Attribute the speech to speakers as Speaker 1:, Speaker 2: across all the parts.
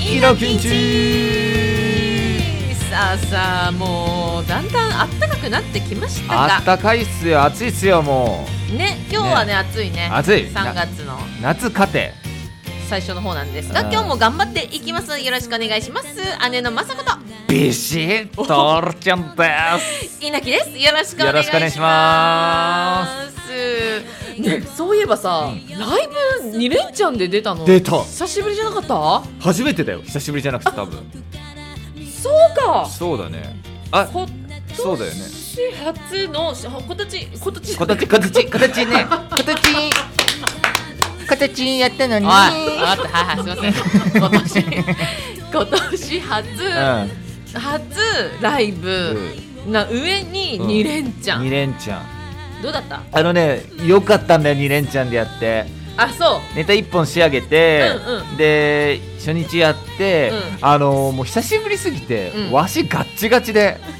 Speaker 1: ヒロキンチ
Speaker 2: さあさあもうだんだん暖かくなってきました
Speaker 1: あっ
Speaker 2: が
Speaker 1: たかいっすよ暑いっすよも
Speaker 2: ね今日はね暑いね
Speaker 1: 暑い
Speaker 2: 3月の
Speaker 1: う夏勝て
Speaker 2: 最初の方なんですが
Speaker 1: うん
Speaker 2: 今日も頑張っていきますよろしくお願いします姉のまさこと
Speaker 1: ビシッとるちゃんです
Speaker 2: 稲木ですよろしくお願いします
Speaker 1: よろしくお願いしま
Speaker 2: ねそういえばさ、ライブ2連チャンで出たの
Speaker 1: 出た
Speaker 2: 久しぶりじゃなかっ
Speaker 1: 初めてだよ久しぶりじゃなくて多分
Speaker 2: たそうか
Speaker 1: そうだねあ
Speaker 2: 今
Speaker 1: そうだよね
Speaker 2: 年初の今年今年
Speaker 1: 形形形ね形形やったの
Speaker 2: おい、わかった、はいはい、すみません。 今年、今年初、
Speaker 1: う
Speaker 2: 初ライブ。な上に
Speaker 1: うん
Speaker 2: 二連チャ
Speaker 1: ん
Speaker 2: ン、
Speaker 1: 二連ちゃん
Speaker 2: どうだった
Speaker 1: あのね良かったんだよ二連ちゃんでやって
Speaker 2: あそう
Speaker 1: ネタ1本仕上げて、
Speaker 2: うんう
Speaker 1: で初日やって、
Speaker 2: う
Speaker 1: あのーもう久しぶりすぎて、
Speaker 2: うん
Speaker 1: わしガッチガチで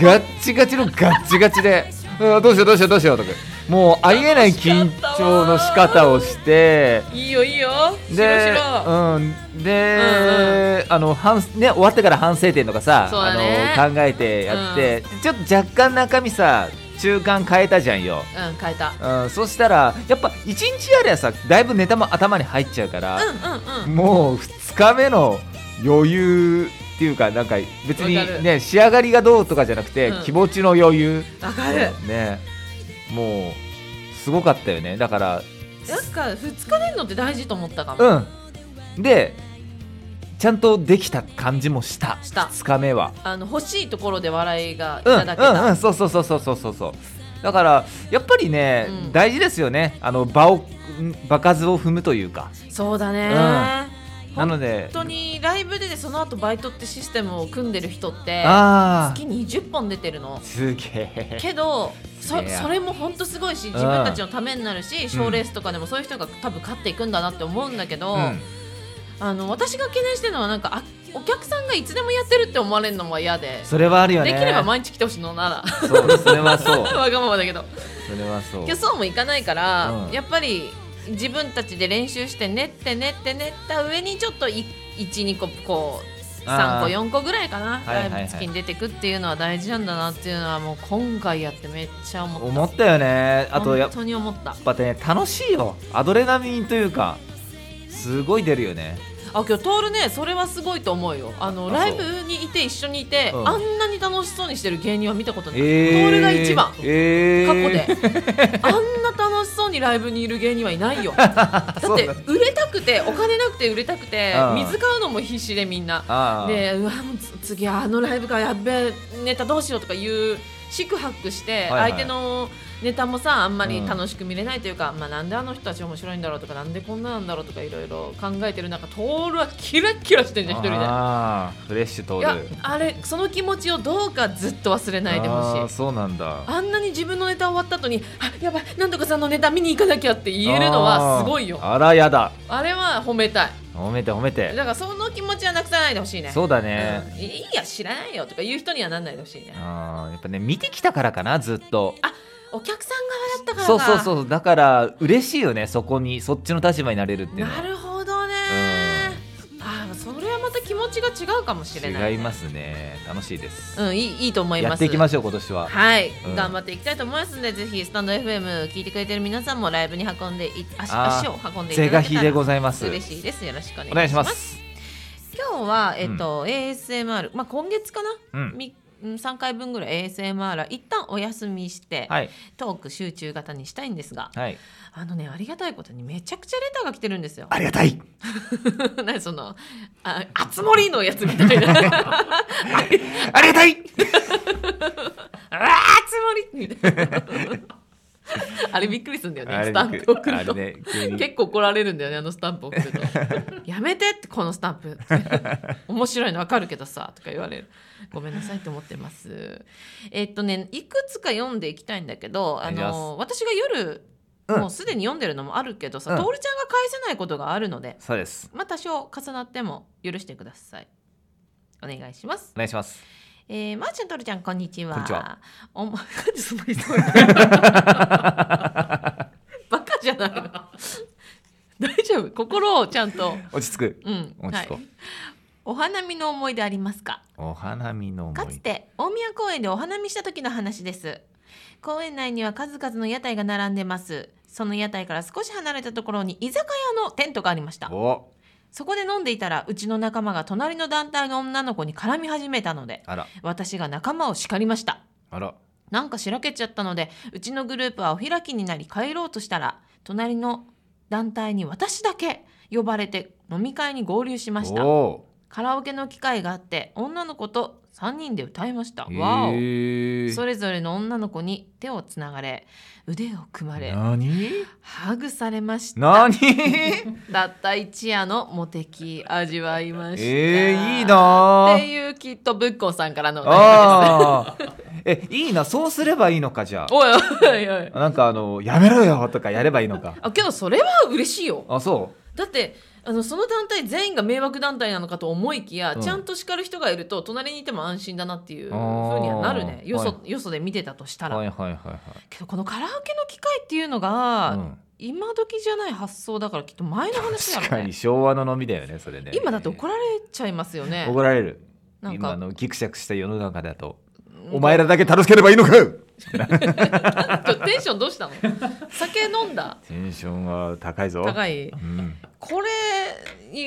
Speaker 1: ガッチガチのガッチガチで、うん、どうしようどうしようどうしようとかもうありえない緊張の仕方をして
Speaker 2: いいよいいよしろし
Speaker 1: で
Speaker 2: ろ
Speaker 1: うんで、あの反ね終わってから反省点とかさ、
Speaker 2: そうだね
Speaker 1: あの考えてやって、ちょっと若干中身さ中間変えたじゃんよ。
Speaker 2: うん変えた
Speaker 1: うん、そしたらやっぱ一日やりゃさだいぶネタも頭に入っちゃうから、
Speaker 2: うんうんうん
Speaker 1: もう2日目の余裕っていうかなんか別に
Speaker 2: わかる
Speaker 1: ね仕上がりがどうとかじゃなくて、
Speaker 2: うん
Speaker 1: 気持ちの余裕
Speaker 2: わかる
Speaker 1: ねもうすごかったよねだから
Speaker 2: なんか二日出るのって大事と思ったかも、
Speaker 1: うんでちゃんとできた感じもした
Speaker 2: した
Speaker 1: 2日目は
Speaker 2: あの欲しいところで笑いがい
Speaker 1: うんう
Speaker 2: ただけた、
Speaker 1: んうんそうそうそうそうそうそうそうだからやっぱりね、
Speaker 2: うん
Speaker 1: 大事ですよねあの場をん場数を踏むというか
Speaker 2: そうだね、
Speaker 1: なので
Speaker 2: 本当にライブでねその後バイトってシステムを組んでる人って
Speaker 1: あ
Speaker 2: 月20本出てるの
Speaker 1: あすげえ
Speaker 2: けどそ
Speaker 1: いや
Speaker 2: それも本当すごいし自分たちのためになるし賞、ーレースとかでもそういう人が多分勝っていくんだなって思うんだけど、
Speaker 1: うん
Speaker 2: あの私が懸念してるのはなんかあお客さんがいつでもやってるって思われるのも嫌で、
Speaker 1: それはあるよね
Speaker 2: できれば毎日来てほしいのな
Speaker 1: そうそれ はそう
Speaker 2: ら わがままだけど
Speaker 1: それはそう
Speaker 2: 今日そうもいかないから、
Speaker 1: うん
Speaker 2: やっぱり自分たちで練習して練って練って練った上にちょっと12個こう3個
Speaker 1: あー
Speaker 2: 4個ぐらいかな
Speaker 1: はいはいはい
Speaker 2: ライブ月に出てくっていうのは大事なんだなっていうのはもう今回やってめっちゃ思った。
Speaker 1: 思ったよねあとやっ
Speaker 2: 本当に思った
Speaker 1: ぱね楽しいよアドレナリンというかすごい出るよね
Speaker 2: あ今日トールねそれはすごいと思うよあの
Speaker 1: あ
Speaker 2: ライブにいて一緒にいて、
Speaker 1: うん
Speaker 2: あんなに楽しそうにしてる芸人は見たことない、
Speaker 1: え
Speaker 2: トールが一番、
Speaker 1: えー、
Speaker 2: 過去であんな楽しそうにライブにいる芸人はいないよ だ
Speaker 1: そ
Speaker 2: っ
Speaker 1: う
Speaker 2: て
Speaker 1: だ
Speaker 2: 売れたくてお金なくて売れたくて
Speaker 1: ああ
Speaker 2: 水買うのも必死でみんな
Speaker 1: ああ
Speaker 2: でうわもうつ次あのライブがやっべえネタどうしようとかいう四苦八苦して、
Speaker 1: はいはい
Speaker 2: 相手のネタもさあんま
Speaker 1: う
Speaker 2: り
Speaker 1: ん
Speaker 2: 楽しく見れないというか、まあ、なんであの人たち面白いんだろうとかなんでこんななんだろうとかいろいろ考えてる中トールはキラッキラしてんじゃん一人で。
Speaker 1: ああフレッシュ
Speaker 2: い
Speaker 1: 通
Speaker 2: や
Speaker 1: る
Speaker 2: あれその気持ちをどうかずっと忘れないで
Speaker 1: あ
Speaker 2: ほ
Speaker 1: ー
Speaker 2: しい
Speaker 1: そうなんだ
Speaker 2: あんなに自分のネタ終わった後に「あやばいなんとかさんのネタ見に行かなきゃ」って言えるのはすごいよ
Speaker 1: あーあらやだ
Speaker 2: あれは褒めたい
Speaker 1: 褒めて褒め
Speaker 2: だ
Speaker 1: て
Speaker 2: からその気持ちはなくさないでほしいね
Speaker 1: そうだ
Speaker 2: う
Speaker 1: ね、
Speaker 2: ん、いいや知らないよとか言う人にはなんないでほしいね
Speaker 1: あーやっぱね見てきたからかなずっと
Speaker 2: お客さんが笑ったから
Speaker 1: そうそう
Speaker 2: う
Speaker 1: そうだから嬉しいよねそこにそっちの立場になれるっていうのは
Speaker 2: なるほどね、あーそれはまた気持ちが違うかもしれない、
Speaker 1: 違いますね楽しいです、
Speaker 2: うんいいいいと思います
Speaker 1: やっていきま
Speaker 2: し
Speaker 1: しょう今年は
Speaker 2: はい、
Speaker 1: うん
Speaker 2: 頑張っていきたいと思いますのでぜひスタンド FM 聞いてくれてる皆さんもライブに運んでい足
Speaker 1: あー
Speaker 2: 足を運んでいた
Speaker 1: 是が
Speaker 2: だけ
Speaker 1: 非
Speaker 2: た
Speaker 1: で
Speaker 2: ら
Speaker 1: ございます
Speaker 2: 嬉しいですよろしくお願いします
Speaker 1: お願いします
Speaker 2: 今日は、えっと ASMR、まあ、今月かな、
Speaker 1: うん
Speaker 2: みうん、3回分ぐらい ASMR は一旦お休みして、
Speaker 1: はい
Speaker 2: トーク集中型にしたいんですが
Speaker 1: はい
Speaker 2: あのねありがたいことにめちゃくちゃレターが来てるんですよ。
Speaker 1: ありが たい
Speaker 2: 何そのああつ森のやつみたいなあ
Speaker 1: ありがたい
Speaker 2: あつ森みたいな あれびっくりするんだよねスタンプ送ると、
Speaker 1: ね急に
Speaker 2: 結構怒られるんだよねあのスタンプ送るとやめてってこのスタンプ 面白いのわかるけどさとか言われるごめんなさいと思ってますえっとねいくつか読んでいきたいんだけどあ
Speaker 1: お願いし
Speaker 2: の私が夜、
Speaker 1: うん
Speaker 2: もうすでに読んでるのもあるけどさ、
Speaker 1: うん
Speaker 2: 徹ちゃんが返せないことがあるので
Speaker 1: そうです
Speaker 2: まあ多少重なっても許してくださいお願いします
Speaker 1: お願いします
Speaker 2: えー、まー、ちゃんとるちゃんこんにちは。
Speaker 1: こんにちは
Speaker 2: おもなんでそんな急いだ バカじゃないの。大丈夫。心をちゃんと。
Speaker 1: 落ち着く
Speaker 2: うん。
Speaker 1: 落ち着こう、
Speaker 2: はい。お花見の思い出ありますか。
Speaker 1: お花見の思
Speaker 2: か
Speaker 1: い
Speaker 2: つ
Speaker 1: 出
Speaker 2: て大宮公園でお花見した時の話です公園内には数々の屋台が並んでますその屋台から少し離れたところに居酒屋のテントがありました
Speaker 1: お
Speaker 2: そこで飲んでいたらうちの仲間が隣の団体の女の子に絡み始めたので
Speaker 1: あら
Speaker 2: 私が仲間を叱りました
Speaker 1: あら
Speaker 2: なんかしらけちゃったのでうちのグループはお開きになり帰ろうとしたら隣の団体に私だけ呼ばれて飲み会に合流しました
Speaker 1: お
Speaker 2: カラオケの機会があって女の子と3人で歌いました、
Speaker 1: ー
Speaker 2: わお
Speaker 1: えー
Speaker 2: それぞれの女の子に手をつながれ腕を組まれ
Speaker 1: 何
Speaker 2: ハグされました
Speaker 1: 何
Speaker 2: たった一夜のモテ期味わいました
Speaker 1: えー、いいな
Speaker 2: っていうきっとぶっこさんからのお便
Speaker 1: ああえいいなそうすればいいのかじゃ
Speaker 2: りですおいおいおい
Speaker 1: あなんかあのやめろよとかやればいいのか
Speaker 2: あけどそれは嬉しいよ
Speaker 1: あそう
Speaker 2: だってあのその団体全員が迷惑団体なのかと思いきや、
Speaker 1: うん
Speaker 2: ちゃんと叱る人がいると隣にいても安心だなっていうふう
Speaker 1: あ
Speaker 2: に
Speaker 1: ー
Speaker 2: はなるねよそ,、
Speaker 1: は
Speaker 2: よそで見てたとしたら、
Speaker 1: はいはいはいはい
Speaker 2: けどこのカラオケの機会っていうのが、
Speaker 1: うん
Speaker 2: 今時じゃない発想だからきっと前の話
Speaker 1: 確
Speaker 2: な
Speaker 1: か
Speaker 2: の
Speaker 1: に
Speaker 2: ね
Speaker 1: 昭和の飲みだよねそれね
Speaker 2: 今だって怒られちゃいますよね
Speaker 1: 怒られる
Speaker 2: なん
Speaker 1: 今
Speaker 2: か
Speaker 1: のギクシャクした世の中だと
Speaker 2: うん
Speaker 1: お前らだけ助ければいいのか
Speaker 2: ちょテンションどうしたの酒飲んだ
Speaker 1: テンションは高いぞ
Speaker 2: 高い
Speaker 1: うん
Speaker 2: これ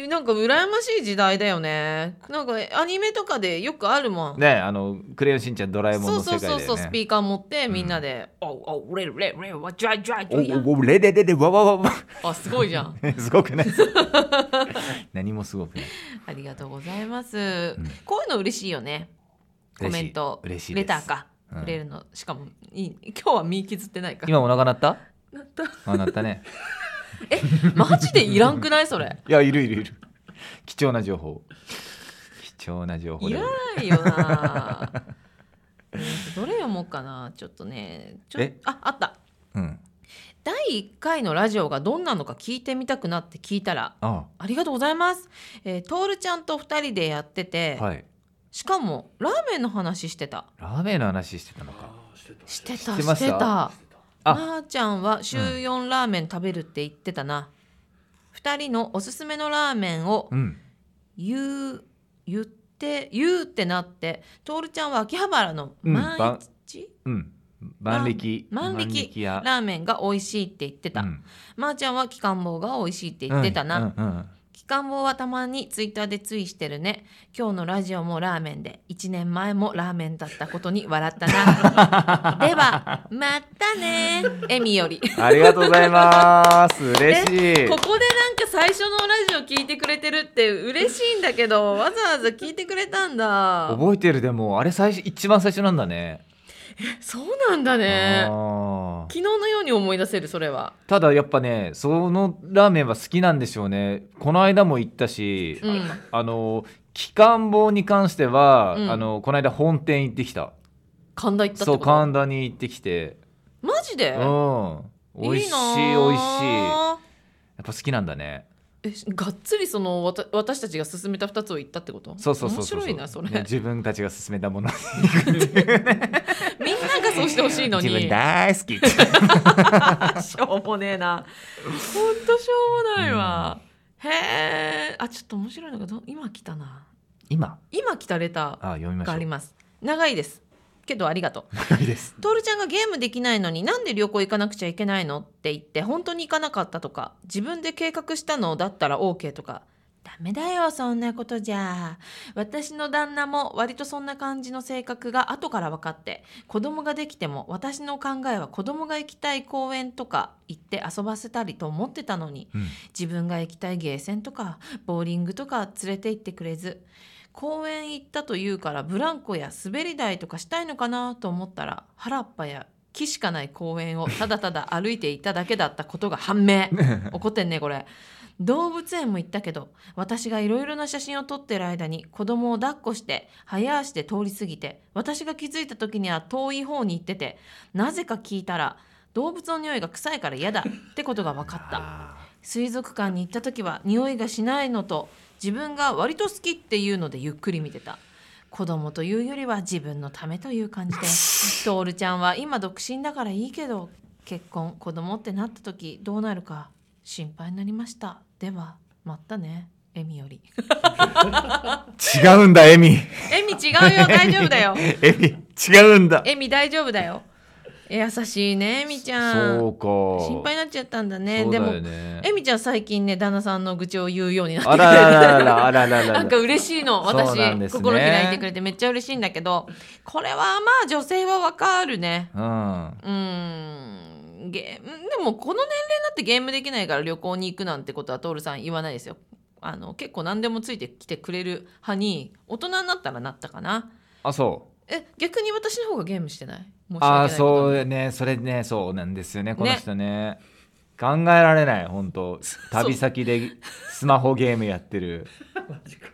Speaker 2: なんか羨ましい時代だよねなんかアニメとかでよくあるもん、
Speaker 1: ねあのクレヨンしんちゃんドラえもん
Speaker 2: そ
Speaker 1: の
Speaker 2: う
Speaker 1: 世
Speaker 2: そう
Speaker 1: 界だ
Speaker 2: そ
Speaker 1: よ
Speaker 2: う
Speaker 1: ね
Speaker 2: そう、スピーカー持ってみんなで「おうおうレレレわジャジャジ
Speaker 1: お
Speaker 2: ャやん
Speaker 1: おおレレレレわわわわ
Speaker 2: あすごいじゃん
Speaker 1: すごくない 何もすごくない
Speaker 2: ありがとうございます、
Speaker 1: ん
Speaker 2: こういうの嬉しいよねコメント
Speaker 1: 嬉しい嬉しいです
Speaker 2: レターか、
Speaker 1: うん
Speaker 2: くれるのしかもいい今日は身削ってないから
Speaker 1: 今お腹鳴った
Speaker 2: なった
Speaker 1: あ鳴ったね
Speaker 2: えマジでいらんくないそれ
Speaker 1: いやいるいるいる貴重な情報貴重な情報
Speaker 2: い
Speaker 1: だ
Speaker 2: ら
Speaker 1: よ
Speaker 2: ないよ なえーとどれ読もうかなちょっとねちょ
Speaker 1: え
Speaker 2: ああった
Speaker 1: うん
Speaker 2: 第1回のラジオがどんなのか聞いてみたくなって聞いたら
Speaker 1: あ
Speaker 2: ありがとうございます、えー、トールちゃんと2人でやってて、
Speaker 1: はい
Speaker 2: しかもラーメンの話してた
Speaker 1: ラーメンの話してたのか
Speaker 2: してた
Speaker 1: して
Speaker 2: し
Speaker 1: ました
Speaker 2: てた
Speaker 1: あ
Speaker 2: まーちゃんは週4ラーメン食べるって言ってたな、2人のおすすめのラーメンを
Speaker 1: うん
Speaker 2: 言う言って言うってなってトールちゃんは秋葉原の
Speaker 1: うん
Speaker 2: 毎
Speaker 1: ばん
Speaker 2: 日、
Speaker 1: うん万力
Speaker 2: 万力
Speaker 1: 屋
Speaker 2: ラーメンが美味しいって言ってた、
Speaker 1: うん
Speaker 2: まーちゃんはきかんぼうが美味しいって言ってたな、
Speaker 1: うんうんうん
Speaker 2: きかんぼうはたまにツイッターでツイしてるね今日のラジオもラーメンで1年前もラーメンだったことに笑った なではまたねエミより
Speaker 1: ありがとうございます。嬉しい
Speaker 2: こ。こでなんか最初のラジオ聞いてくれてるって嬉しいんだけどわざわざ聞いてくれたんだ
Speaker 1: 覚えてるでもあれ最初一番最初なんだね。
Speaker 2: そうなんだね
Speaker 1: あー
Speaker 2: 昨日のように思い出せるそれは
Speaker 1: ただやっぱねそのラーメンは好きなんでしょうね。この間も行ったし、
Speaker 2: うん
Speaker 1: あの期間棒に関しては、
Speaker 2: うん
Speaker 1: あのこの間本店行ってきた。
Speaker 2: 神田行ったって
Speaker 1: そ
Speaker 2: こ
Speaker 1: う
Speaker 2: と
Speaker 1: 神田に行ってきて、
Speaker 2: マジで
Speaker 1: うん。美味しい美味しい。や
Speaker 2: なあ
Speaker 1: っぱ好きなんだね。
Speaker 2: えがっつりそのわた私たちが勧めた2つを言ったってこと
Speaker 1: そうそうそうそう。
Speaker 2: 面白いなそれ、
Speaker 1: ね自分たちが勧めたもの。
Speaker 2: みんながそうしてほしいのに
Speaker 1: 自分大好 きって。
Speaker 2: しょうもねえなほんとしょうもないわ、へえあちょっと面白いのがど今来たな
Speaker 1: 今
Speaker 2: 今来たレタ
Speaker 1: あ読
Speaker 2: ー
Speaker 1: みまし
Speaker 2: が
Speaker 1: ょ
Speaker 2: あり
Speaker 1: う。
Speaker 2: ます長いですけどありがとう
Speaker 1: 長いです。
Speaker 2: トールちゃんがゲームできないのになんで旅行行かなくちゃいけないのって言って本当に行かなかったとか自分で計画したのだったら OK とかダメだよそんなことじゃ私の旦那も割とそんな感じの性格が後から分かって子供ができても私の考えは子供が行きたい公園とか行って遊ばせたりと思ってたのに
Speaker 1: うん
Speaker 2: 自分が行きたいゲーセンとかボーリングとか連れて行ってくれず公園行ったというからブランコや滑り台とかしたいのかなと思ったら原っぱや木しかない公園をただただ歩いていただけだったことが判明怒ってんねこれ動物園も行ったけど私がいろいろな写真を撮ってる間に子供を抱っこして早足で通り過ぎて私が気づいた時には遠い方に行っててなぜか聞いたら動物の匂いが臭いから嫌だってことが分かった
Speaker 1: あ
Speaker 2: 水族館に行った時は匂いがしないのと自分が割と好きっていうのでゆっくり見てた子供というよりは自分のためという感 じでトールちゃんは今独身だからいいけど結婚子供ってなった時どうなるか心配になりましたではまたねエミ より
Speaker 1: 違うんだエミ
Speaker 2: エミ違うよ大丈夫だよ
Speaker 1: エミ違うんだ
Speaker 2: エミ大丈夫だよえ優しいねエミちゃん
Speaker 1: そうか
Speaker 2: 心配になっちゃったんだね
Speaker 1: そうだ
Speaker 2: で
Speaker 1: よ
Speaker 2: も
Speaker 1: ね
Speaker 2: エミちゃん最近ね旦那さんの愚痴を言うようになって
Speaker 1: あらららららあらららら
Speaker 2: なんか嬉しいの
Speaker 1: そう
Speaker 2: 私
Speaker 1: なんですね
Speaker 2: 心開いてくれてめっちゃ嬉しいんだけどこれはまあ女性はわかるね
Speaker 1: うん
Speaker 2: うーんゲームでもこの年齢になってゲームできないから旅行に行くなんてことはトールさん言わないですよあの結構何でもついてきてくれる派に大人になったらなったかな
Speaker 1: あそう
Speaker 2: え逆に私の方がゲームしてない申し訳ない
Speaker 1: あー
Speaker 2: こと
Speaker 1: そ
Speaker 2: に
Speaker 1: うねそれねそうなんですよねこの
Speaker 2: ね
Speaker 1: 人ね考えられない本当旅先でスマホゲームやって る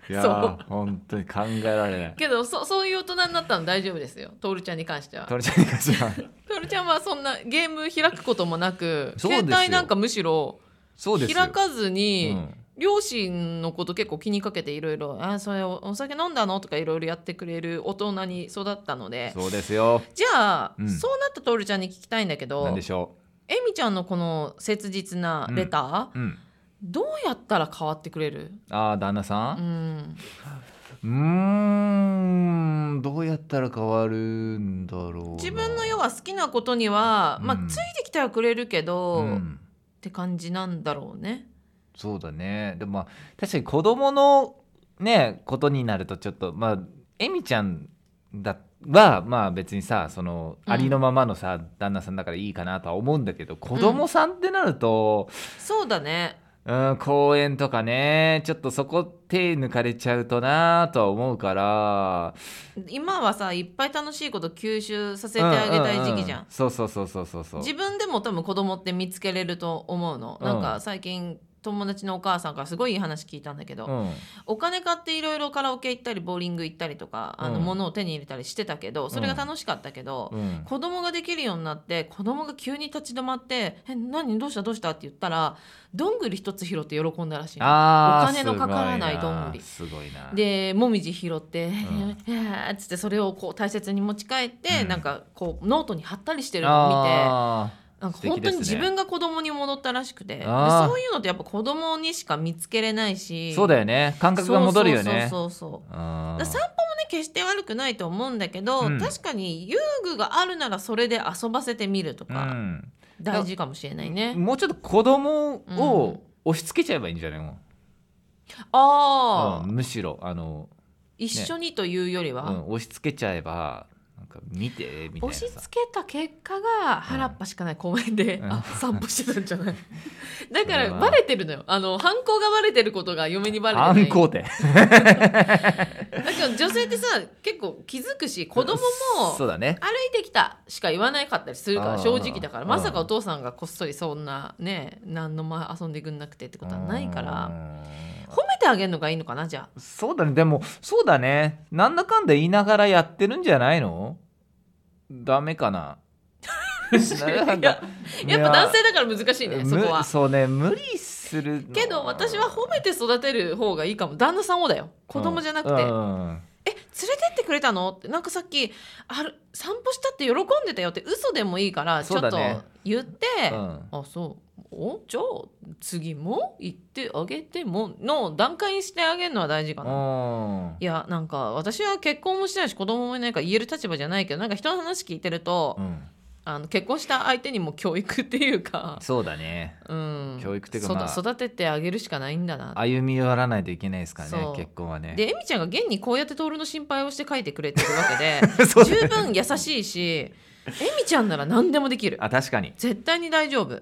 Speaker 1: いや
Speaker 2: そう
Speaker 1: ー本当に考えられない
Speaker 2: けどそそういう大人になったの大丈夫ですよトールちゃんに関しては
Speaker 1: 取れちゃいかしら
Speaker 2: トールちゃんはそんなゲーム開くこともなく
Speaker 1: そうですよ
Speaker 2: 携帯なんかむしろ
Speaker 1: そうですよ
Speaker 2: 開かずに、
Speaker 1: うん
Speaker 2: 両親のこと結構気にかけていろいろ「あそれおお酒飲んだの?」とかいろいろやってくれる大人に育ったので
Speaker 1: そうですよ
Speaker 2: じゃあ、
Speaker 1: うん
Speaker 2: そうなったトールちゃんに聞きたいんだけ
Speaker 1: なん
Speaker 2: ど
Speaker 1: でしょ
Speaker 2: えみちゃんのこの切実なレター、
Speaker 1: ううん
Speaker 2: どうやったら変わってくれる
Speaker 1: ああ旦那さ
Speaker 2: うんん
Speaker 1: うーんどうやったら変わるんだろうな
Speaker 2: 自分の要は好きなことには、まあ
Speaker 1: うん
Speaker 2: ついてきてはくれるけど、
Speaker 1: う
Speaker 2: っ
Speaker 1: ん
Speaker 2: て感じなんだろうね。
Speaker 1: そうだねでもまあ確かに子供のねことになるとちょっとまあエミちゃんだはまあ別にさその
Speaker 2: うん
Speaker 1: ありのままのさ、旦那さんだからいいかなとは思うんだけど子供さんってなると、
Speaker 2: そうだね
Speaker 1: うん公園とかねちょっとそこ手抜かれちゃうとなとは思うから
Speaker 2: 今はさいっぱい楽しいこと吸収させてあげたい時期じゃん
Speaker 1: うううそうそうそうそうそうそう
Speaker 2: 自分でも多分子供って見つけれると思うの、
Speaker 1: うん
Speaker 2: なんか最近友達のお母さんからすごいいい話聞いたんだけど、
Speaker 1: うん
Speaker 2: お金買っていろいろカラオケ行ったりボーリング行ったりとかあの
Speaker 1: うん
Speaker 2: 物を手に入れたりしてたけどそれが楽しかったけど、
Speaker 1: うん
Speaker 2: 子供ができるようになって子供が急に立ち止まって「え何どうしたどうした?」って言ったらどんぐり一つ拾って喜んだらしいの
Speaker 1: あー
Speaker 2: お金のかからないどんぐり
Speaker 1: すごいなすごいな
Speaker 2: でもみじ拾って
Speaker 1: ん
Speaker 2: 「えーっつってそれをこう大切に持ち帰って、
Speaker 1: うん
Speaker 2: なんかこうノートに貼ったりしてるのを見て。
Speaker 1: あー
Speaker 2: なんか
Speaker 1: 素敵
Speaker 2: 本
Speaker 1: で
Speaker 2: 当
Speaker 1: すね
Speaker 2: に自分が子供に戻ったらしくてで
Speaker 1: あー
Speaker 2: そういうのってやっぱ子供にしか見つけれないし
Speaker 1: そうだよね感覚が戻るよね
Speaker 2: そうそうそうそう
Speaker 1: う
Speaker 2: だ
Speaker 1: ん
Speaker 2: から散歩もね決して悪くないと思うんだけど、
Speaker 1: うん
Speaker 2: 確かに遊具があるならそれで遊ばせてみると
Speaker 1: う
Speaker 2: か
Speaker 1: ん
Speaker 2: 大事かもしれないね、
Speaker 1: もうちょっと子供
Speaker 2: うん
Speaker 1: を押し付けちゃえばいいんじゃないの、
Speaker 2: ああ、
Speaker 1: うんむしろあの、
Speaker 2: 一緒にというより
Speaker 1: う
Speaker 2: は、
Speaker 1: ん、押し付けちゃえばなんか見てみたいな
Speaker 2: 押し
Speaker 1: さ
Speaker 2: 付けた結果が原っぱしかない公園で、
Speaker 1: うん
Speaker 2: あ散歩してたんじゃ ないだか
Speaker 1: それ
Speaker 2: ら
Speaker 1: は
Speaker 2: バレてるのよあの犯行がバレてることが嫁にバレてない
Speaker 1: 反抗って
Speaker 2: だけど女性ってさ結構気づくし子供も
Speaker 1: そうだね
Speaker 2: 歩いてきたしか言わないかったりするか
Speaker 1: あ
Speaker 2: ら
Speaker 1: ー
Speaker 2: 正直だから
Speaker 1: うん
Speaker 2: まさかお父さんがこっそりそんなね何のま遊んでくんなくてってことはないから
Speaker 1: うん
Speaker 2: 褒めてあげるのがいいのかなじゃあ
Speaker 1: そうだねでもそうだねなんだかんだ言いながらやってるんじゃないのダメ かななんか
Speaker 2: い ややっぱ男性だから難しい
Speaker 1: い
Speaker 2: ね
Speaker 1: や
Speaker 2: そこは
Speaker 1: むそうね無理するの
Speaker 2: けど私は褒めて育てる方がいいかも旦那さんをだよ子供じゃなくて「え
Speaker 1: うんう
Speaker 2: 連
Speaker 1: んうん
Speaker 2: れてってくれたの?」ってなんかさっきある「散歩したって喜んでたよ」って嘘でもいいからち
Speaker 1: そ
Speaker 2: ょ
Speaker 1: うだ
Speaker 2: っと
Speaker 1: ね
Speaker 2: 言って、
Speaker 1: うん
Speaker 2: あそうおじゃあ次も行ってあげてもの段階にしてあげるのは大事かな。
Speaker 1: うん
Speaker 2: いやなんか私は結婚もしてないし子供もいないから言える立場じゃないけどなんか人の話聞いてると、
Speaker 1: うん
Speaker 2: あの結婚した相手にも教育っていうか、
Speaker 1: そうだね
Speaker 2: うん、
Speaker 1: 教育っていうか
Speaker 2: そだ
Speaker 1: まあ
Speaker 2: 育ててあげるしかないんだな
Speaker 1: 歩み寄らないといけないですからね
Speaker 2: そう
Speaker 1: 結婚はね
Speaker 2: でえみちゃんが現にこうやって徹の心配をして書いてくれてるわけで
Speaker 1: そう
Speaker 2: 十分優しいしえみちゃんなら何でもできる
Speaker 1: あ確かに
Speaker 2: 絶対に大丈夫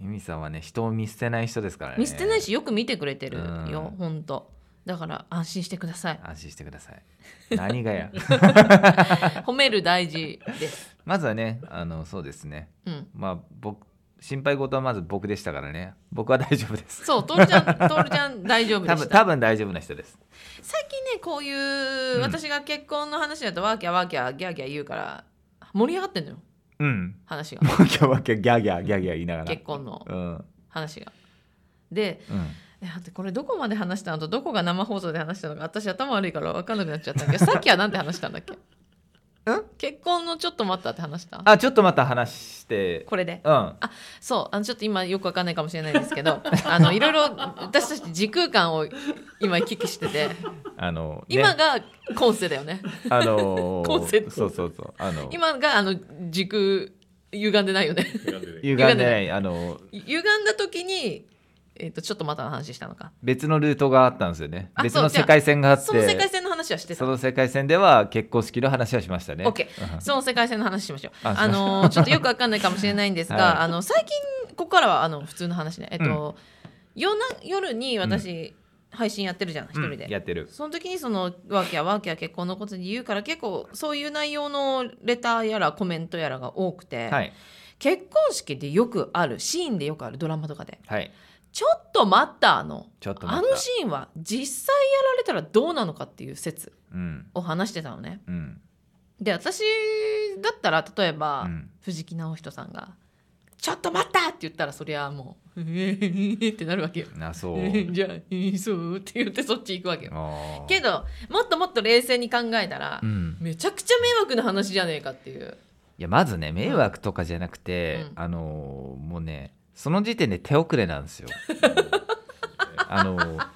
Speaker 1: 由美さんはね人を見捨てない人ですからね
Speaker 2: 見捨てないしよく見てくれてるよ
Speaker 1: うん
Speaker 2: ほんとだから安心してください
Speaker 1: 安心してください何がや
Speaker 2: 褒める大事です、
Speaker 1: まずはねあのそうですね
Speaker 2: うん、
Speaker 1: まあ僕心配事はまず僕でしたからね僕は大丈夫です
Speaker 2: そう徹 ちゃん徹ちゃん大丈夫で
Speaker 1: 多
Speaker 2: し
Speaker 1: 分
Speaker 2: た
Speaker 1: 多分大丈夫な人です
Speaker 2: 最近ねこういううん私が結婚の話だとワーキャーワーキャーギャーギャー言うから盛り上がってんのよ
Speaker 1: うん
Speaker 2: 話 が
Speaker 1: わきゃわきゃギャーギャーギャーギャー言いながら
Speaker 2: 結婚の
Speaker 1: うん
Speaker 2: 話が。で
Speaker 1: うん
Speaker 2: ねだってこれどこまで話したのとどこが生放送で話したのか私頭悪いから分かんなくなっちゃったんだけどさっきは何で話したんだっけ 結婚のちょっと待ったって話した
Speaker 1: あちょっとまた話して
Speaker 2: これで
Speaker 1: うん
Speaker 2: そうあのちょっと今よく分かんないかもしれないですけ どあのいろいろ私たち時空間を今行き来してて
Speaker 1: あの、ね、
Speaker 2: 今が今世だよね
Speaker 1: あのー
Speaker 2: コンセント
Speaker 1: そうそうそうあの
Speaker 2: 今があの時空歪んでないよね
Speaker 1: 歪んでないあの
Speaker 2: 歪んだ時に、えっとちょっとまたの話したのか
Speaker 1: 別のルートがあったんですよね
Speaker 2: あ
Speaker 1: 別
Speaker 2: そ
Speaker 1: の
Speaker 2: うじゃ
Speaker 1: 世
Speaker 2: あ
Speaker 1: 界線があって
Speaker 2: その世界線の話はしてた
Speaker 1: その世界線では結婚式の話はしましたね。
Speaker 2: オッケ
Speaker 1: うん
Speaker 2: ー、その世界線の話しましょう。
Speaker 1: あ
Speaker 2: あのーちょっとよくわかんないかもしれないんですが、
Speaker 1: はい
Speaker 2: あの最近ここからはあの普通の話ね。えっと、夜な夜に私、配信やってるじゃん一人で。
Speaker 1: うんやってる。
Speaker 2: その時にそのワーキャーワーキャー結婚のことで言うから結構そういう内容のレターやらコメントやらが多くて、
Speaker 1: はい
Speaker 2: 結婚式でよくあるシーンでよくあるドラマとかで
Speaker 1: はい。
Speaker 2: 「ちょっと待った」の
Speaker 1: ちょっと
Speaker 2: あ
Speaker 1: 待った
Speaker 2: のシーンは実際やられたらどうなのかっていう説
Speaker 1: うん
Speaker 2: を話してたのね。
Speaker 1: うん
Speaker 2: で私だったら例えば、
Speaker 1: うん
Speaker 2: 藤木直人さんが「ちょっと待った!」って言ったらそりゃもう「え ー、ってなるわけよ。
Speaker 1: なそう。
Speaker 2: じゃあ「えーそう」って言ってそっち行くわけよ。
Speaker 1: あー
Speaker 2: けどもっともっと冷静に考えたら、
Speaker 1: うん。
Speaker 2: めちゃくちゃ迷惑な話じゃねえかっていう。
Speaker 1: いやまずね迷惑とかじゃなくて、
Speaker 2: うん
Speaker 1: あのーもうねその時点で手遅れな んですよ。あのー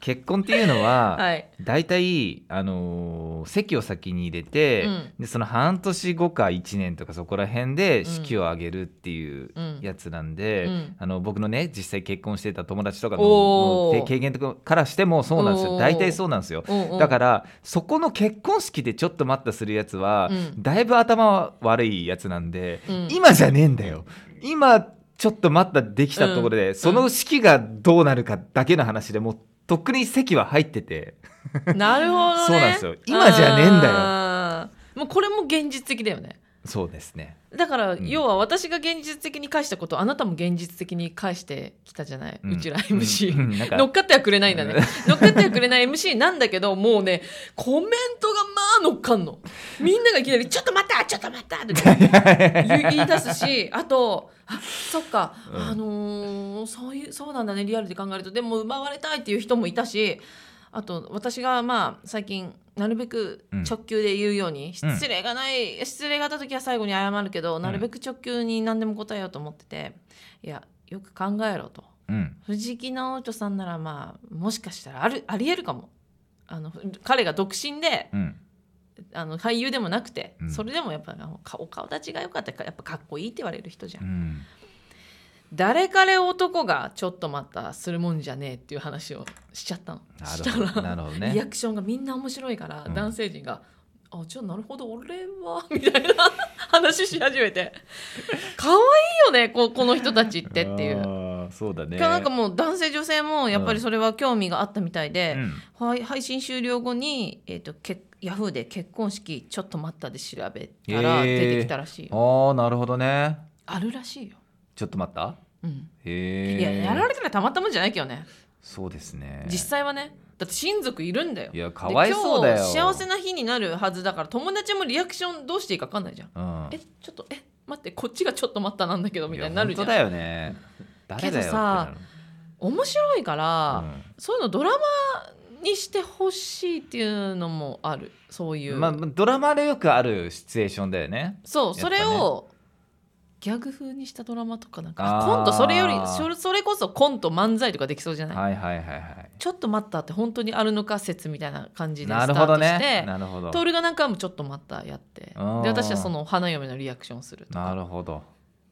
Speaker 1: 結婚っていうのは。
Speaker 2: はい、
Speaker 1: 大体、あのー席を先に入れて、
Speaker 2: うん
Speaker 1: でその半年後か1年とかそこら辺で式を挙げるっていう
Speaker 2: うん
Speaker 1: やつなんで、
Speaker 2: うん
Speaker 1: あの僕のね実際結婚してた友達とかの
Speaker 2: おー
Speaker 1: の経験とかからしてもそうなんです
Speaker 2: お
Speaker 1: よ
Speaker 2: ー
Speaker 1: 大体そうなんですよ。だかららそこの結婚式でちょっと待ったするやつは、
Speaker 2: うん
Speaker 1: だいぶ頭悪いやつなんで、
Speaker 2: うん
Speaker 1: 今じゃねえんだよ今ちょっと待ったできたところで、
Speaker 2: うん
Speaker 1: その式がどうなるかだけの話でもうとっくに席は入ってて
Speaker 2: なるほどね
Speaker 1: そうなんですよ今じゃねえんだよ
Speaker 2: だよもうこれも現実的だよね
Speaker 1: そうですね
Speaker 2: だから、
Speaker 1: ん
Speaker 2: 要は私が現実的に返したことをあなたも現実的に返してきたじゃない、う
Speaker 1: うん
Speaker 2: ちら MC、
Speaker 1: うんうんなん か
Speaker 2: 乗っかってはくれないんだね
Speaker 1: うん
Speaker 2: 乗っかってはくれない MC なんだけどもうねコメントがまあ乗っかんのみんながいきなり「ちょっと待ったちょっと待った!」って言い言い出すしあと「あそっか、
Speaker 1: うん
Speaker 2: あのーそういうそうなんだねリアルで考えるとでも奪われたい」っていう人もいたしあと私がまあ最近なるべく直球で言うように、
Speaker 1: うん
Speaker 2: 失礼がない失礼があった時は最後に謝るけど、なるべく直球に何でも答えようと思ってていやよく考えろと
Speaker 1: うん
Speaker 2: 藤木直人さんならまあもしかしたらあるありえるかもあの彼が独身で
Speaker 1: うん
Speaker 2: あの俳優でもなくて、
Speaker 1: うん
Speaker 2: それでもやっぱあのかお顔立ちが良かったからやっぱかっこいいって言われる人じゃん、
Speaker 1: うん
Speaker 2: 誰彼男がちょっと待ったするもんじゃねえっていう話をしちゃったの
Speaker 1: な
Speaker 2: し
Speaker 1: る
Speaker 2: た
Speaker 1: ほどな
Speaker 2: ら
Speaker 1: るほど
Speaker 2: リア
Speaker 1: ね
Speaker 2: クションがみんな面白いから、
Speaker 1: うん
Speaker 2: 男性陣が「あじゃあなるほど俺は」みたいな話し始めて可愛いよねここの人たちってっていう。
Speaker 1: あーそうだね
Speaker 2: なんかもう男性女性もやっぱりそれは興味があったみたいで、
Speaker 1: うん
Speaker 2: はい、配信終了後に、えー、とけヤフーで結婚式ちょっと待ったで調べたら
Speaker 1: へー
Speaker 2: 出てきたらしいよ、
Speaker 1: ああなるほどね
Speaker 2: あるらしいよ、
Speaker 1: ちょっと待った
Speaker 2: うん
Speaker 1: へえ
Speaker 2: いややられたらたまったもんじゃないけどね
Speaker 1: そうですね
Speaker 2: 実際はねだって親族いるんだよ
Speaker 1: いやかわいそうだよ
Speaker 2: で今日幸せな日になるはずだから友達もリアクションどうしていいか分かんないじゃん、
Speaker 1: うん
Speaker 2: えちょっとえ待ってこっちがちょっと待ったなんだけどみたいになる
Speaker 1: い
Speaker 2: じゃ
Speaker 1: や本当
Speaker 2: ん
Speaker 1: だよね誰だよ
Speaker 2: けどさ面白いから、
Speaker 1: う
Speaker 2: そういうのドラマにしてほしいっていうのもあるそういう、
Speaker 1: んまあドラマでよくあるシチュエーションだよね
Speaker 2: そう、
Speaker 1: っぱね
Speaker 2: それをギャグ風にしたドラマとかなんか
Speaker 1: あー
Speaker 2: コントそれよりそれそれこそコント漫才とかできそうじゃない、
Speaker 1: はいはいはいはい
Speaker 2: ちょっと待ったって本当にあるのか説みたいな感じで
Speaker 1: な
Speaker 2: スタ
Speaker 1: るほ
Speaker 2: ート
Speaker 1: ど
Speaker 2: して、
Speaker 1: ねなるほど
Speaker 2: トールがなんかもちょっと待ったやってで
Speaker 1: あー
Speaker 2: 私はその花嫁のリアクションすると
Speaker 1: な
Speaker 2: か
Speaker 1: るほど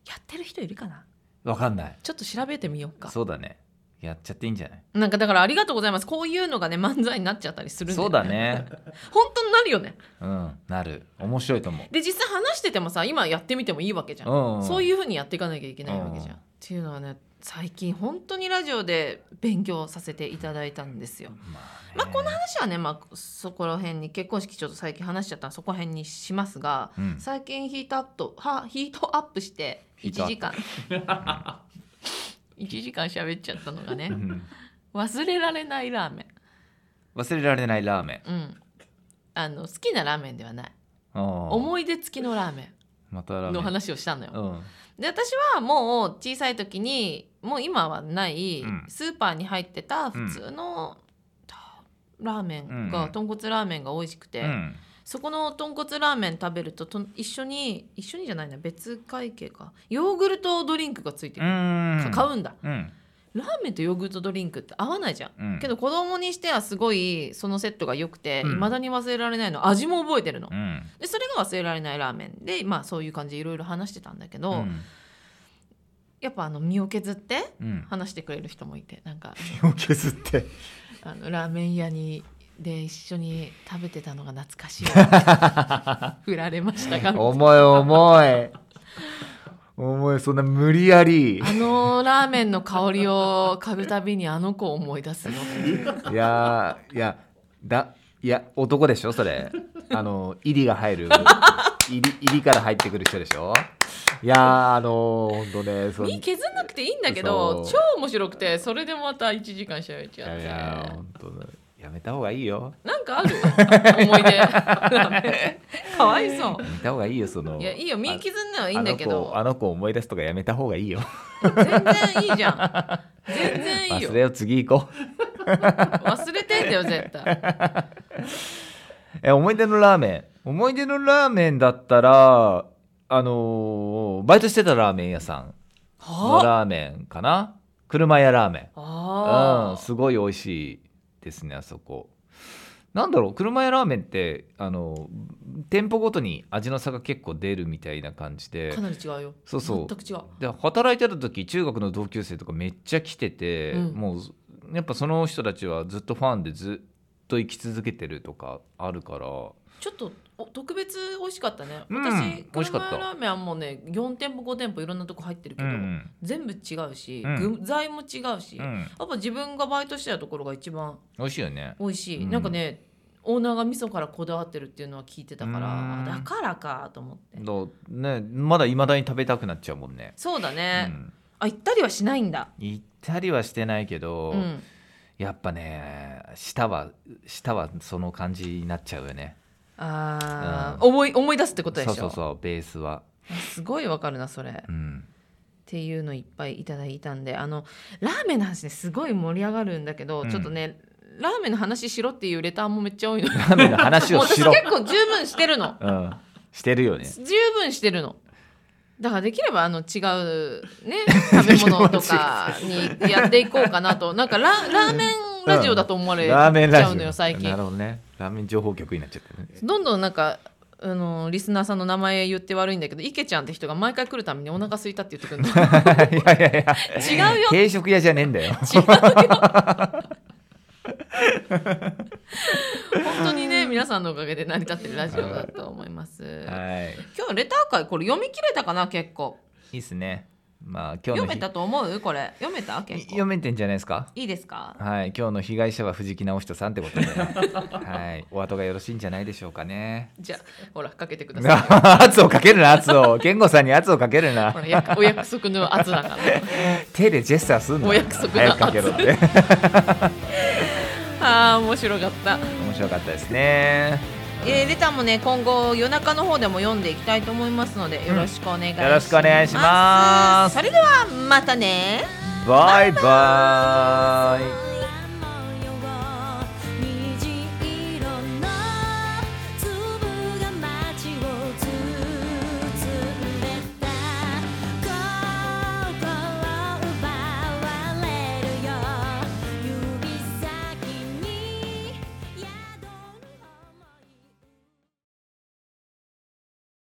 Speaker 2: やってる人いるかな
Speaker 1: わかんない
Speaker 2: ちょっと調べてみようか
Speaker 1: そうだねやっちゃっていいんじゃない
Speaker 2: なんかだからありがとうございますこういうのがね漫才になっちゃったりするん
Speaker 1: そうだね
Speaker 2: 本当になるよね
Speaker 1: うんなる面白いと思う
Speaker 2: で実際話しててもさ今やってみてもいいわけじゃん、
Speaker 1: うんうん
Speaker 2: そういうふうにやっていかなきゃいけないわけじゃん、
Speaker 1: うん
Speaker 2: っていうのはね最近本当にラジオで勉強させていただいたんですよ
Speaker 1: ま
Speaker 2: まあこ
Speaker 1: の
Speaker 2: 話はね、まあ、そこら辺に結婚式ちょっと最近話しちゃったのそこら辺にしますが
Speaker 1: うん
Speaker 2: 最近ヒートアップはヒートアップして
Speaker 1: ヒ
Speaker 2: 1
Speaker 1: ートアップ
Speaker 2: 時間1時間喋っちゃったのがね
Speaker 1: うん
Speaker 2: 忘れられないラーメ
Speaker 1: 忘れられないラーメン
Speaker 2: ンうんあの好きなラーメンではない
Speaker 1: 思
Speaker 2: 思い出付きのラーメン
Speaker 1: またラーメン
Speaker 2: の話をしたのよ。
Speaker 1: うん
Speaker 2: で私はもう小さい時にもう今はない
Speaker 1: うん
Speaker 2: スーパーに入ってた普通のラーメンが、
Speaker 1: うん
Speaker 2: 豚骨ラーメンが美味しくて、
Speaker 1: うん
Speaker 2: そこの豚骨ラーメン食べるとと一緒に一緒にじゃないな別会計かヨーグルトドリンクがついて
Speaker 1: う
Speaker 2: くる、
Speaker 1: ん
Speaker 2: 買うんだ
Speaker 1: うん
Speaker 2: ラーメンとヨーグルトドリンクって合わないじゃん、
Speaker 1: うん
Speaker 2: けど子供にしてはすごいそのセットが良くて
Speaker 1: うん
Speaker 2: 未だに忘れられないの味も覚えてるの、
Speaker 1: うん
Speaker 2: でそれが忘れられないラーメンでまあそういう感じでいろいろ話してたんだけど、
Speaker 1: うん
Speaker 2: やっぱあの身を削って
Speaker 1: うん
Speaker 2: 話してくれる人もいて なんか
Speaker 1: 手を削って
Speaker 2: あのラーメン屋にで一緒に食べてたのが懐 かしい振られましたが
Speaker 1: 重い重い重いそんな無理やり
Speaker 2: あのラーメンの香りを嗅ぐたびにあの子を思い出すよ。
Speaker 1: いやーいやだいや男でしょそれあの入りが入る入り入りから入ってくる人でしょいやーあのー、ほんとねその
Speaker 2: 身削んなくていいんだけど
Speaker 1: そ
Speaker 2: 超面白くてそれでまた1時間しゃべっち
Speaker 1: い
Speaker 2: ゃ
Speaker 1: や
Speaker 2: っ
Speaker 1: い
Speaker 2: て
Speaker 1: や本当だやめた方がいいよ
Speaker 2: なんかある思い 出かわいそ
Speaker 1: やめた方がいいよその
Speaker 2: ういやいいよ身
Speaker 1: き
Speaker 2: 削んなはいいんだけど
Speaker 1: あの子あの子思い出すとかやめた方がいいよ
Speaker 2: 全然いいじゃん全然いいよ
Speaker 1: 忘れよう次行こう
Speaker 2: 忘れてんだよ絶 対
Speaker 1: え思い出のラーメン思い出のラーメンだったらあのーバイトしてたラーメン屋さんの
Speaker 2: はあ
Speaker 1: ラーメンかな車屋ラーメンう
Speaker 2: あ
Speaker 1: ん、すごい美味しいですねあそこなんだろう車屋ラーメンってあの店舗ごとに味の差が結構出るみたいな感じ
Speaker 2: ー
Speaker 1: で
Speaker 2: かなり違うよ
Speaker 1: そうそ
Speaker 2: 全
Speaker 1: う
Speaker 2: く違う
Speaker 1: で働いてた時中学の同級生とかめっちゃ来てて、
Speaker 2: うん
Speaker 1: もうやっぱその人たちはずっとファンでずっと生き続けてるとかあるから
Speaker 2: ちょっとお特別美味しかったね。
Speaker 1: うん
Speaker 2: 私、
Speaker 1: 美味しか
Speaker 2: 車
Speaker 1: った
Speaker 2: 屋ラーメンはもうね、4店舗5店舗いろんなとこ入ってるけ
Speaker 1: う
Speaker 2: ど、
Speaker 1: ん
Speaker 2: 全部違うし、
Speaker 1: うん
Speaker 2: 具材も違うし、
Speaker 1: う
Speaker 2: やっ
Speaker 1: ん
Speaker 2: ぱ自分がバイトしてたところが一番
Speaker 1: 美味しいよね
Speaker 2: 美味しい。
Speaker 1: うん
Speaker 2: なんかね、オーナーが味噌からこだわってるっていうのは聞いてたか
Speaker 1: うん
Speaker 2: ら、だからかと思って。
Speaker 1: どうねまだ未だに食べたくなっちゃうもんね、
Speaker 2: そうだ
Speaker 1: う
Speaker 2: ね、
Speaker 1: ん、
Speaker 2: あ、行ったりはしないんだ。
Speaker 1: 行ったりはしてないけど、
Speaker 2: うん。
Speaker 1: やっぱね舌は舌はその感じになっちゃうよね
Speaker 2: ああ、
Speaker 1: う
Speaker 2: 思い思い出すってことでし
Speaker 1: そ
Speaker 2: ょ
Speaker 1: うそうそうベースは
Speaker 2: すごいわかるなそれっ
Speaker 1: うん
Speaker 2: ていうのいっぱいいただいたんであのラーメンの話ねすごい盛り上がるんだけど、
Speaker 1: うん
Speaker 2: ちょっとねラーメンの話しろっていうレターもめっちゃ多いの
Speaker 1: ラーメンの話
Speaker 2: もう
Speaker 1: を
Speaker 2: 私結
Speaker 1: しろ、
Speaker 2: 構十分してるの
Speaker 1: うん、してるよね
Speaker 2: 十分してるのだからできればあの違う ね食べ物とかにやっていこうかなとなんかララーメンラジオだと思われち
Speaker 1: ラーメンラ
Speaker 2: ゃう
Speaker 1: ジ
Speaker 2: のよ
Speaker 1: オ
Speaker 2: 最
Speaker 1: な
Speaker 2: 近
Speaker 1: るほどねラーメン情報局になっち ゃったね
Speaker 2: どんどんなんかあのリスナーさんの名前言って悪いんだけど池ちゃんって人が毎回来るためにお腹空いたって言ってくるの
Speaker 1: いやいやいや
Speaker 2: 違うよ
Speaker 1: 定食屋じゃねえん だよ
Speaker 2: 違うよ本当にね皆さんのおかげで成り立ってるラジオだと思います、
Speaker 1: はい
Speaker 2: 今日レター会これ読み切れたかな結構
Speaker 1: いいっすねまあ今日の
Speaker 2: 読
Speaker 1: ひ
Speaker 2: めたと思うこれ読めた結
Speaker 1: 読
Speaker 2: 構
Speaker 1: めてんじゃないですか
Speaker 2: いいですか
Speaker 1: はい今日の被害者は藤木直人さんって ことで、はい、お後がよろしいんじゃないでしょうかね
Speaker 2: じゃあほらかけてくだ さい
Speaker 1: 圧をかけるな圧を健吾さんに圧をかけるな
Speaker 2: ほらやお約束の圧だ から
Speaker 1: 手でジェスチャーすんの
Speaker 2: お約束だ
Speaker 1: 早くかけろって
Speaker 2: あー面白かった
Speaker 1: 面白かったですね
Speaker 2: えーレターもね今後夜中の方でも読んでいきたいと思いますのでよろしくお願いします、
Speaker 1: よろしくお願いします
Speaker 2: それではまたね
Speaker 1: バイバイ